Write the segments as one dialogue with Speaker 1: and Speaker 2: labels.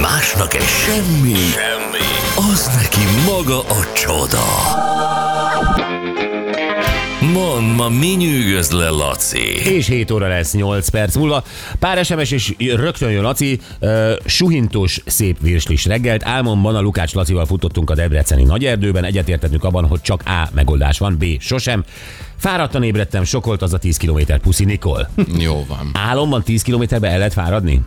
Speaker 1: másnak egy semmi, semmi, az neki maga a csoda. Mond, ma mi nyűgöz le, Laci?
Speaker 2: És 7 óra lesz 8 perc múlva. Pár SMS és rögtön jön Laci. Uh, suhintos, szép virslis reggelt. Álmomban a Lukács Lacival futottunk a Debreceni nagyerdőben. Egyetértettünk abban, hogy csak A megoldás van, B sosem. Fáradtan ébredtem, sokolt az a 10 km puszi Nikol.
Speaker 3: Jó van.
Speaker 2: Álomban 10 km-be el lehet fáradni?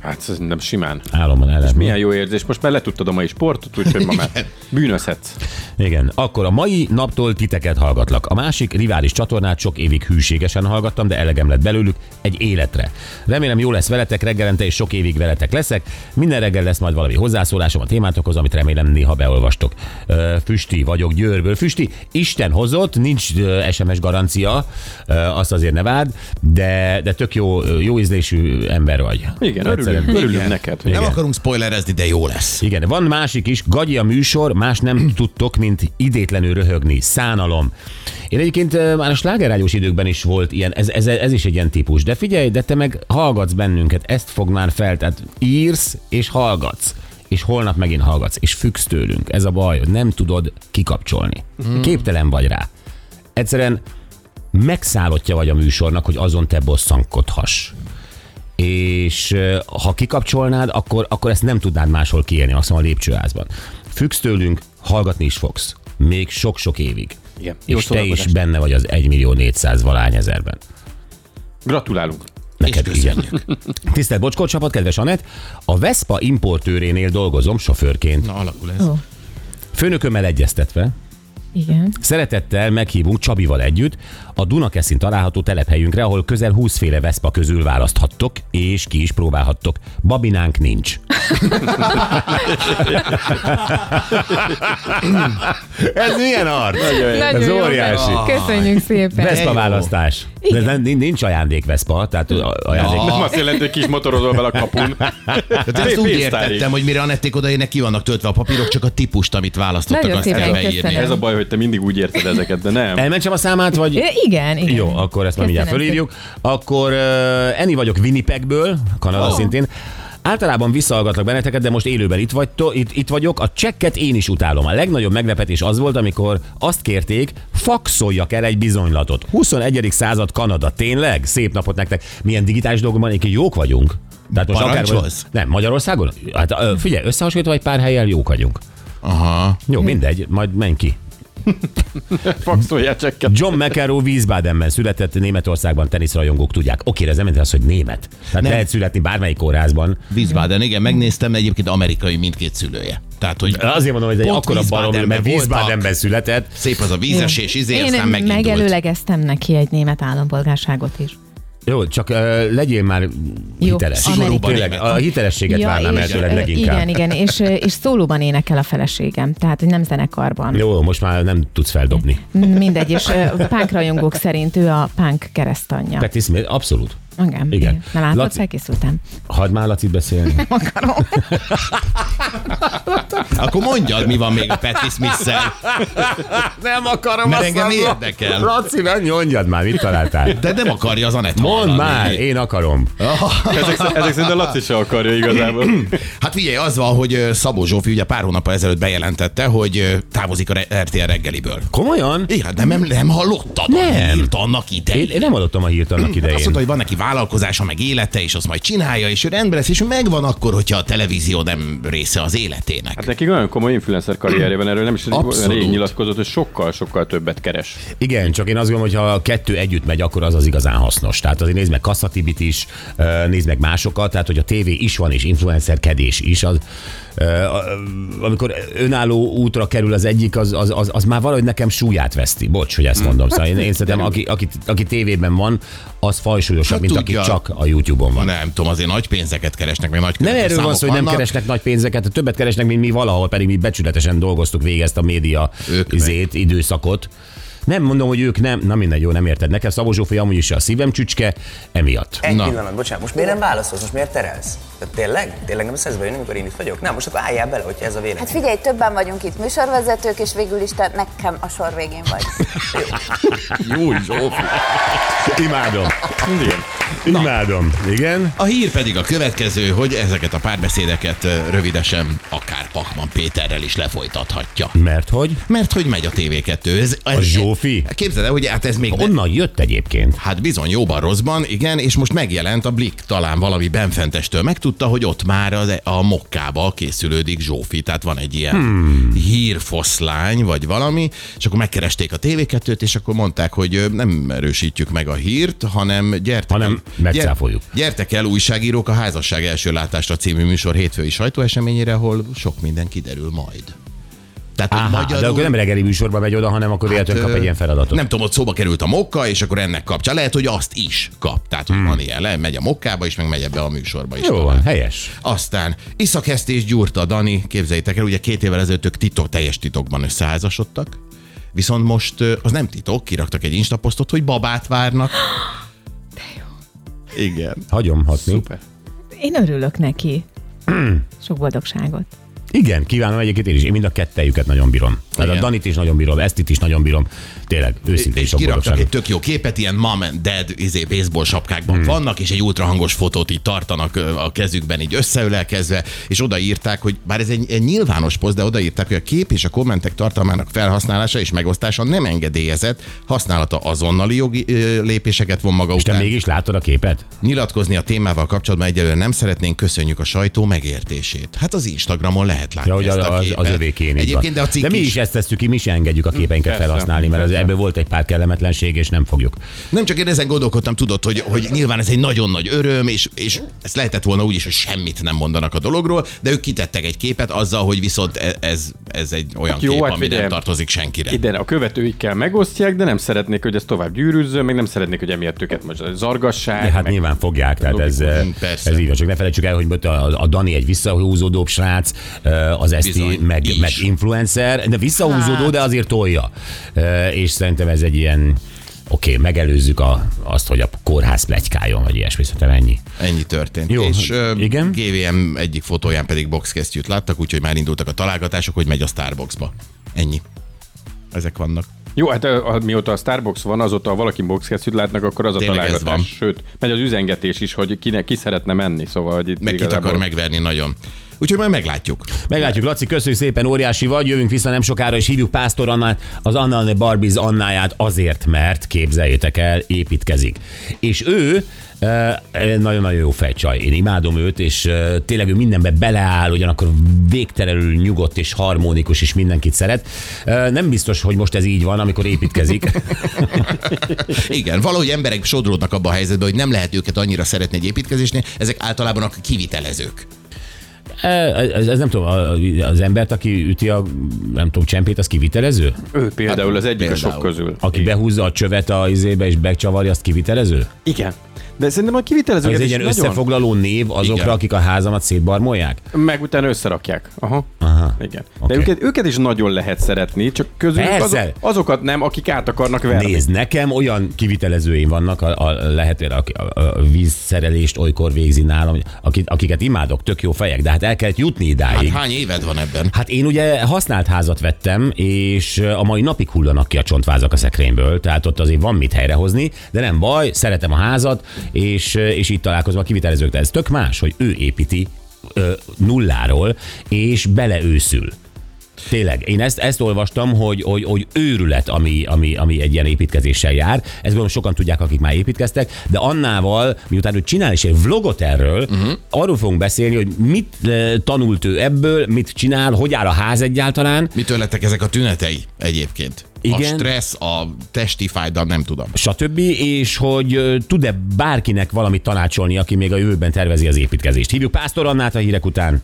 Speaker 4: Hát szerintem simán.
Speaker 2: Álomban el lehet.
Speaker 4: Milyen jó érzés. Most már letudtad a mai sportot, úgyhogy ma már bűnözhetsz.
Speaker 2: Igen, akkor a mai naptól titeket hallgatlak. A másik rivális csatornát sok évig hűségesen hallgattam, de elegem lett belőlük egy életre. Remélem jó lesz veletek reggelente, és sok évig veletek leszek. Minden reggel lesz majd valami hozzászólásom a témátokhoz, amit remélem néha beolvastok. Ö, Füsti vagyok Győrből. Füsti, Isten hozott, nincs ö, SMS garancia, ö, azt azért ne várd, de, de tök jó, ö, jó ízlésű ember vagy.
Speaker 4: Igen,
Speaker 2: Egyszerűen.
Speaker 4: örülünk, örülünk neked. hogy-
Speaker 3: Nem akarunk spoilerezni, de jó lesz.
Speaker 2: Igen, van másik is, gagyi a műsor, más nem tudtok, mint idétlenül röhögni, szánalom. Én egyébként ö, már a slágerágyós időkben is volt ilyen, ez, ez, ez is egy ilyen típus, de figyelj, de te meg hallgatsz bennünket, ezt fog már fel, tehát írsz és hallgatsz és holnap megint hallgatsz, és függsz tőlünk. Ez a baj, hogy nem tudod kikapcsolni. Képtelen vagy rá. Egyszerűen megszállottja vagy a műsornak, hogy azon te bosszankodhass és ö, ha kikapcsolnád, akkor, akkor ezt nem tudnád máshol kiélni, azt mondom a lépcsőházban. Függsz tőlünk, hallgatni is fogsz. Még sok-sok évig.
Speaker 4: Igen. Jó
Speaker 2: és te is
Speaker 4: szórakozás.
Speaker 2: benne vagy az 1 millió 400 valány ezerben.
Speaker 4: Gratulálunk.
Speaker 2: Neked igen. Tisztelt Bocskó csapat, kedves Anett, a Vespa importőrénél dolgozom sofőrként.
Speaker 3: Na, alakul ez.
Speaker 5: Ó,
Speaker 2: Főnökömmel egyeztetve,
Speaker 5: igen.
Speaker 2: Szeretettel meghívunk Csabival együtt a Dunakeszin található telephelyünkre, ahol közel 20 féle Veszpa közül választhattok, és ki is próbálhattok. Babinánk nincs. Ez milyen art?
Speaker 5: Nagyon
Speaker 2: Ez
Speaker 5: jó,
Speaker 2: óriási.
Speaker 5: Zoli. Köszönjük szépen.
Speaker 2: Veszpa
Speaker 3: jó.
Speaker 2: választás. De ez nem, nincs ajándék Veszpa, tehát a- ajándék.
Speaker 4: Nem azt jelenti, hogy kis motorozol vele a kapun.
Speaker 3: De ezt
Speaker 4: Pé-
Speaker 3: úgy
Speaker 4: pénztárig.
Speaker 3: értettem, hogy mire Anették odaérnek, ki vannak töltve a papírok, csak a típust, amit választottak,
Speaker 5: Nagyon
Speaker 3: azt kell
Speaker 5: szépen
Speaker 3: beírni.
Speaker 5: köszönöm.
Speaker 4: Ez a baj, hogy te mindig úgy érted ezeket, de nem.
Speaker 2: Elmentsem a számát, vagy...
Speaker 5: É, Igen, igen.
Speaker 2: Jó, akkor ezt már mindjárt
Speaker 5: Köszönöm
Speaker 2: fölírjuk. Akkor uh, Eni vagyok Winnipegből, Kanada oh. szintén. Általában visszahallgatlak benneteket, de most élőben itt, vagy, to, itt, itt vagyok. A csekket én is utálom. A legnagyobb meglepetés az volt, amikor azt kérték, faxoljak el egy bizonylatot. 21. század Kanada, tényleg? Szép napot nektek. Milyen digitális dolgokban egyébként jók vagyunk. Tehát
Speaker 3: Parancsolsz?
Speaker 2: nem, Magyarországon? Hát ö, figyelj, összehasonlítva egy pár helyen jók vagyunk.
Speaker 3: Aha.
Speaker 2: Jó, mindegy, majd menj ki.
Speaker 4: Faxolja csekket.
Speaker 2: John McEnroe Wiesbadenben született Németországban teniszrajongók tudják. Oké, de ez nem jelenti azt, hogy német. Tehát nem. lehet születni bármelyik kórházban.
Speaker 3: Wiesbaden, igen, megnéztem, egyébként amerikai mindkét szülője. Tehát, hogy
Speaker 2: Azért mondom, hogy egy
Speaker 3: Pont
Speaker 2: akkora barom, mert
Speaker 3: Wiesbadenben
Speaker 2: Wiesbadenben
Speaker 3: voltak.
Speaker 2: született.
Speaker 3: szép az a vízesés, izé,
Speaker 5: Én
Speaker 3: aztán megindult.
Speaker 5: megelőlegeztem neki egy német állampolgárságot is.
Speaker 2: Jó, csak uh, legyél már
Speaker 5: Jó,
Speaker 2: hiteles.
Speaker 5: Szigorúban
Speaker 2: Tényleg,
Speaker 3: német.
Speaker 2: a hitelességet ja, várnám el
Speaker 5: és,
Speaker 2: tőled
Speaker 5: ö,
Speaker 2: leginkább.
Speaker 5: Igen, igen, és, ö, és szólóban énekel a feleségem, tehát hogy nem zenekarban. Jó.
Speaker 2: Jó, most már nem tudsz feldobni.
Speaker 5: Mindegy, és ö, punk rajongók szerint ő a punk keresztanyja.
Speaker 2: Peti Smith, abszolút.
Speaker 5: Igen,
Speaker 2: igen.
Speaker 5: igen. Na
Speaker 2: Laci-
Speaker 5: látod, Laci... felkészültem.
Speaker 2: Hadd már Lacit beszélni.
Speaker 3: Akkor mondjad, mi van még a Patti smith
Speaker 2: nem akarom
Speaker 3: Mert
Speaker 2: azt
Speaker 3: engem
Speaker 2: mondom.
Speaker 3: érdekel.
Speaker 2: Laci, ne nyomjad már, mit találtál?
Speaker 3: De nem akarja az Anett
Speaker 2: Mondd
Speaker 3: hallani.
Speaker 2: már, én akarom.
Speaker 4: Ezek, ezek szerint a Laci se akarja igazából.
Speaker 3: Hát figyelj, az van, hogy ö, Szabó Zsófi ugye pár hónappal ezelőtt bejelentette, hogy ö, távozik a re- RTL reggeliből.
Speaker 2: Komolyan?
Speaker 3: Igen, de hát nem, nem hallottad?
Speaker 2: Nem.
Speaker 3: Írt annak
Speaker 2: Én,
Speaker 3: idején.
Speaker 2: én nem adottam a hírt annak idején.
Speaker 3: Azt mondta, hogy van neki vállalkozása, meg élete, és azt majd csinálja, és ő rendben lesz, és ő megvan akkor, hogyha a televízió nem része az életének.
Speaker 4: Hát nekik olyan komoly influencer karrierje van, erről nem is
Speaker 3: Abszolút.
Speaker 4: rég nyilatkozott, hogy sokkal-sokkal többet keres.
Speaker 2: Igen, csak én azt gondolom, hogy ha a kettő együtt megy, akkor az az igazán hasznos. Tehát azért nézd meg Kasszatibit is, ö, nézd meg másokat, tehát hogy a tévé is van, és influencerkedés is. Az, ö, ö, amikor önálló útra kerül az egyik, az, az, az, az már valahogy nekem súlyát veszti. Bocs, hogy ezt mondom. Szóval én, én szerintem, aki, aki, aki tévében van, az fajsúlyosabb,
Speaker 3: Hát
Speaker 2: mint
Speaker 3: tudja.
Speaker 2: aki csak a YouTube-on van.
Speaker 3: Nem tudom, azért nagy pénzeket keresnek, meg nagy
Speaker 2: Nem
Speaker 3: követő
Speaker 2: erről van
Speaker 3: számok
Speaker 2: szó, hogy nem
Speaker 3: vannak.
Speaker 2: keresnek nagy pénzeket, többet keresnek, mint mi valahol, pedig mi becsületesen dolgoztuk végig ezt a média
Speaker 3: Ők meg.
Speaker 2: izét, időszakot. Nem mondom, hogy ők nem, na mindegy, jó, nem érted. Nekem Szabó Zsófi amúgy is a szívem csücske, emiatt.
Speaker 6: Egy
Speaker 3: Na.
Speaker 6: Na. pillanat, bocsánat, most miért nem válaszolsz, most miért terelsz? De tényleg? Tényleg nem szesz bejönni, amikor én itt vagyok? Nem, most akkor álljál bele, hogyha ez a vélemény.
Speaker 7: Hát figyelj, többen vagyunk itt műsorvezetők, és végül is te nekem a sor végén vagy.
Speaker 2: Imádom.
Speaker 4: Igen.
Speaker 2: Imádom. Igen?
Speaker 3: A hír pedig a következő, hogy ezeket a párbeszédeket ö, rövidesen akár Pakman Péterrel is lefolytathatja.
Speaker 2: Mert hogy?
Speaker 3: Mert hogy megy a TV2. Ez, ez,
Speaker 2: A Zsófi?
Speaker 3: Képzeld el, hogy hát ez még...
Speaker 2: Onnan jött egyébként.
Speaker 3: Hát bizony jóban rosszban, igen, és most megjelent a Blik talán valami benfentestől. Megtudta, hogy ott már az, e- a mokkába készülődik Zsófi, tehát van egy ilyen hmm. hírfoszlány, vagy valami, és akkor megkeresték a TV2-t, és akkor mondták, hogy ö, nem erősítjük meg a hírt, hanem gyertek,
Speaker 2: Hanem
Speaker 3: el,
Speaker 2: megcáfoljuk.
Speaker 3: gyertek el újságírók a Házasság első látásra című műsor hétfői sajtóeseményére, ahol sok minden kiderül majd. Tehát, hogy
Speaker 2: Aha, magyarul... de akkor nem reggeli műsorba megy oda, hanem akkor véletlenül kap egy ilyen feladatot.
Speaker 3: Hát, Nem tudom, ott szóba került a mokka, és akkor ennek kapcsán lehet, hogy azt is kap. Tehát, hogy hmm. van ilyen, le, megy a mokkába, és meg megy ebbe a műsorba is.
Speaker 2: Jó
Speaker 3: tovább.
Speaker 2: van, helyes.
Speaker 3: Aztán iszakesztés gyúrta Dani, képzeljétek el, ugye két évvel ezelőtt ők titok, teljes titokban összeházasodtak, viszont most ö, az nem titok, kiraktak egy instaposztot, hogy babát várnak. De jó. Igen.
Speaker 2: Hagyom hatni. Szuper.
Speaker 5: Én örülök neki. Sok boldogságot.
Speaker 2: Igen, kívánom egyébként én is. Én mind a kettejüket nagyon bírom. Tehát a
Speaker 3: Igen.
Speaker 2: Danit is nagyon bírom, Esztit is nagyon bírom. Tényleg, őszintén
Speaker 3: és
Speaker 2: sok
Speaker 3: kiraktak egy
Speaker 2: boldogság.
Speaker 3: tök jó képet, ilyen mom and dad izé, baseball sapkákban hmm. vannak, és egy ultrahangos fotót így tartanak ö, a kezükben, így összeülelkezve, és odaírták, hogy bár ez egy, egy nyilvános poszt, de odaírták, hogy a kép és a kommentek tartalmának felhasználása és megosztása nem engedélyezett, használata azonnali jogi ö, lépéseket von maga
Speaker 2: És te
Speaker 3: után.
Speaker 2: mégis látod a képet?
Speaker 3: Nyilatkozni a témával kapcsolatban egyelőre nem szeretnénk, köszönjük a sajtó megértését. Hát az Instagramon lehet látni
Speaker 2: Ja, hogy
Speaker 3: ezt
Speaker 2: az,
Speaker 3: a
Speaker 2: az, az
Speaker 3: képet.
Speaker 2: övékén így
Speaker 3: Egyébként, de
Speaker 2: van.
Speaker 3: a cikk
Speaker 2: de mi
Speaker 3: is.
Speaker 2: is ezt tesszük ki, mi is engedjük a képeinket
Speaker 4: Persze,
Speaker 2: felhasználni, mert az,
Speaker 4: persze.
Speaker 2: ebből volt egy pár kellemetlenség, és nem fogjuk.
Speaker 3: Nem csak én ezen gondolkodtam, tudod, hogy, hogy nyilván ez egy nagyon nagy öröm, és, és ezt lehetett volna úgy is, hogy semmit nem mondanak a dologról, de ők kitettek egy képet azzal, hogy viszont e- ez, ez egy olyan
Speaker 4: Jó,
Speaker 3: kép,
Speaker 4: hát
Speaker 3: ami nem
Speaker 4: figyelj.
Speaker 3: tartozik senkire.
Speaker 4: Ide a követőikkel megosztják, de nem szeretnék, hogy ez tovább gyűrűzzön, meg nem szeretnék, hogy emiatt őket most zargassák.
Speaker 2: De hát
Speaker 4: meg...
Speaker 2: nyilván fogják, tehát ez,
Speaker 3: Persze.
Speaker 2: ez így van. Csak ne felejtsük el, hogy ott a, a Dani egy visszahúzódóbb srác, az Eszti
Speaker 3: Bizony,
Speaker 2: meg,
Speaker 3: is.
Speaker 2: meg influencer, de visszahúzódó, de azért tolja. Ö, És szerintem ez egy ilyen, oké, okay, megelőzzük a, azt, hogy a kórház plegykáljon, vagy ilyesmi, szerintem ennyi.
Speaker 3: Ennyi történt.
Speaker 2: Jó,
Speaker 3: és ö,
Speaker 2: igen.
Speaker 3: GVM egyik fotóján pedig boxkesztyűt láttak, úgyhogy már indultak a találgatások, hogy megy a Starbucksba. Ennyi. Ezek vannak.
Speaker 4: Jó, hát ö, a- mióta a Starbucks van, azóta, ha valaki boxkesztyűt látnak, akkor az a
Speaker 3: Tényleg ez van.
Speaker 4: találgatás. Sőt, megy az üzengetés is, hogy kinek ki szeretne menni, szóval, hogy itt
Speaker 3: Meg kit akar megverni nagyon. Úgyhogy majd meglátjuk.
Speaker 2: Meglátjuk, Laci, köszönjük szépen, óriási vagy, jövünk vissza nem sokára, és hívjuk Pásztor Annát, az Anna and the Barbies Annáját azért, mert képzeljétek el, építkezik. És ő e, nagyon-nagyon jó fejcsaj, én imádom őt, és e, tényleg ő mindenbe beleáll, ugyanakkor végtelenül nyugodt és harmonikus, és mindenkit szeret. E, Nem biztos, hogy most ez így van, amikor építkezik.
Speaker 3: Igen, valahogy emberek sodródnak abba a helyzetbe, hogy nem lehet őket annyira szeretni egy építkezésnél, ezek általában a kivitelezők.
Speaker 2: E, Ez, ez nem tudom, a- az embert, aki üti a, nem tudom, csempét, az kivitelező?
Speaker 4: Ő például az egyik
Speaker 3: hát Például.
Speaker 4: a sok közül.
Speaker 2: Aki behúzza a csövet a izébe és bekcsavarja, azt kivitelező?
Speaker 4: Igen. De szerintem a kivitelezők
Speaker 2: Ez
Speaker 4: ez
Speaker 2: egy ilyen
Speaker 4: is nagyon,
Speaker 2: összefoglaló név azokra,
Speaker 3: Igen.
Speaker 2: Igen. akik a házamat szétbarmolják?
Speaker 4: meg utána összerakják. Aha.
Speaker 2: Aha.
Speaker 4: Igen. De
Speaker 2: Oké.
Speaker 4: okay. őket, őket is nagyon lehet szeretni, csak közül azok,
Speaker 2: Persze.
Speaker 4: azokat nem, akik át akarnak verni.
Speaker 2: Nézd, nekem olyan kivitelezőim vannak, a, a, lehet, a, a, a vízszerelést olykor végzi nálam, akik, akiket imádok, tök jó fejek, de hát el kellett jutni
Speaker 3: Hát
Speaker 2: idáig. Hát,
Speaker 3: hány éved van ebben?
Speaker 2: hát én ugye használt házat vettem, és a mai napig hullanak ki a csontvázak a szekrényből, tehát ott azért van mit helyrehozni, de nem baj, szeretem a házat, és, és itt találkozom a kivitelezőkkel. Ez tök más, hogy ő építi ö, nulláról, és beleőszül. Tényleg, én ezt, ezt olvastam, hogy, hogy, hogy őrület, ami, ami, ami egy ilyen építkezéssel jár. Ezt gondolom sokan tudják, akik már építkeztek, de Annával, miután ő csinál is egy vlogot erről, uh-huh. arról fogunk beszélni, hogy mit eh, tanult ő ebből, mit csinál, hogy áll a ház egyáltalán,
Speaker 3: Mitől lettek ezek a tünetei egyébként? A
Speaker 2: Igen.
Speaker 3: stressz, a testi fájdalom, nem tudom.
Speaker 2: stb. És hogy eh, tud-e bárkinek valamit tanácsolni, aki még a jövőben tervezi az építkezést. Hívjuk Pásztor Annát a hírek után.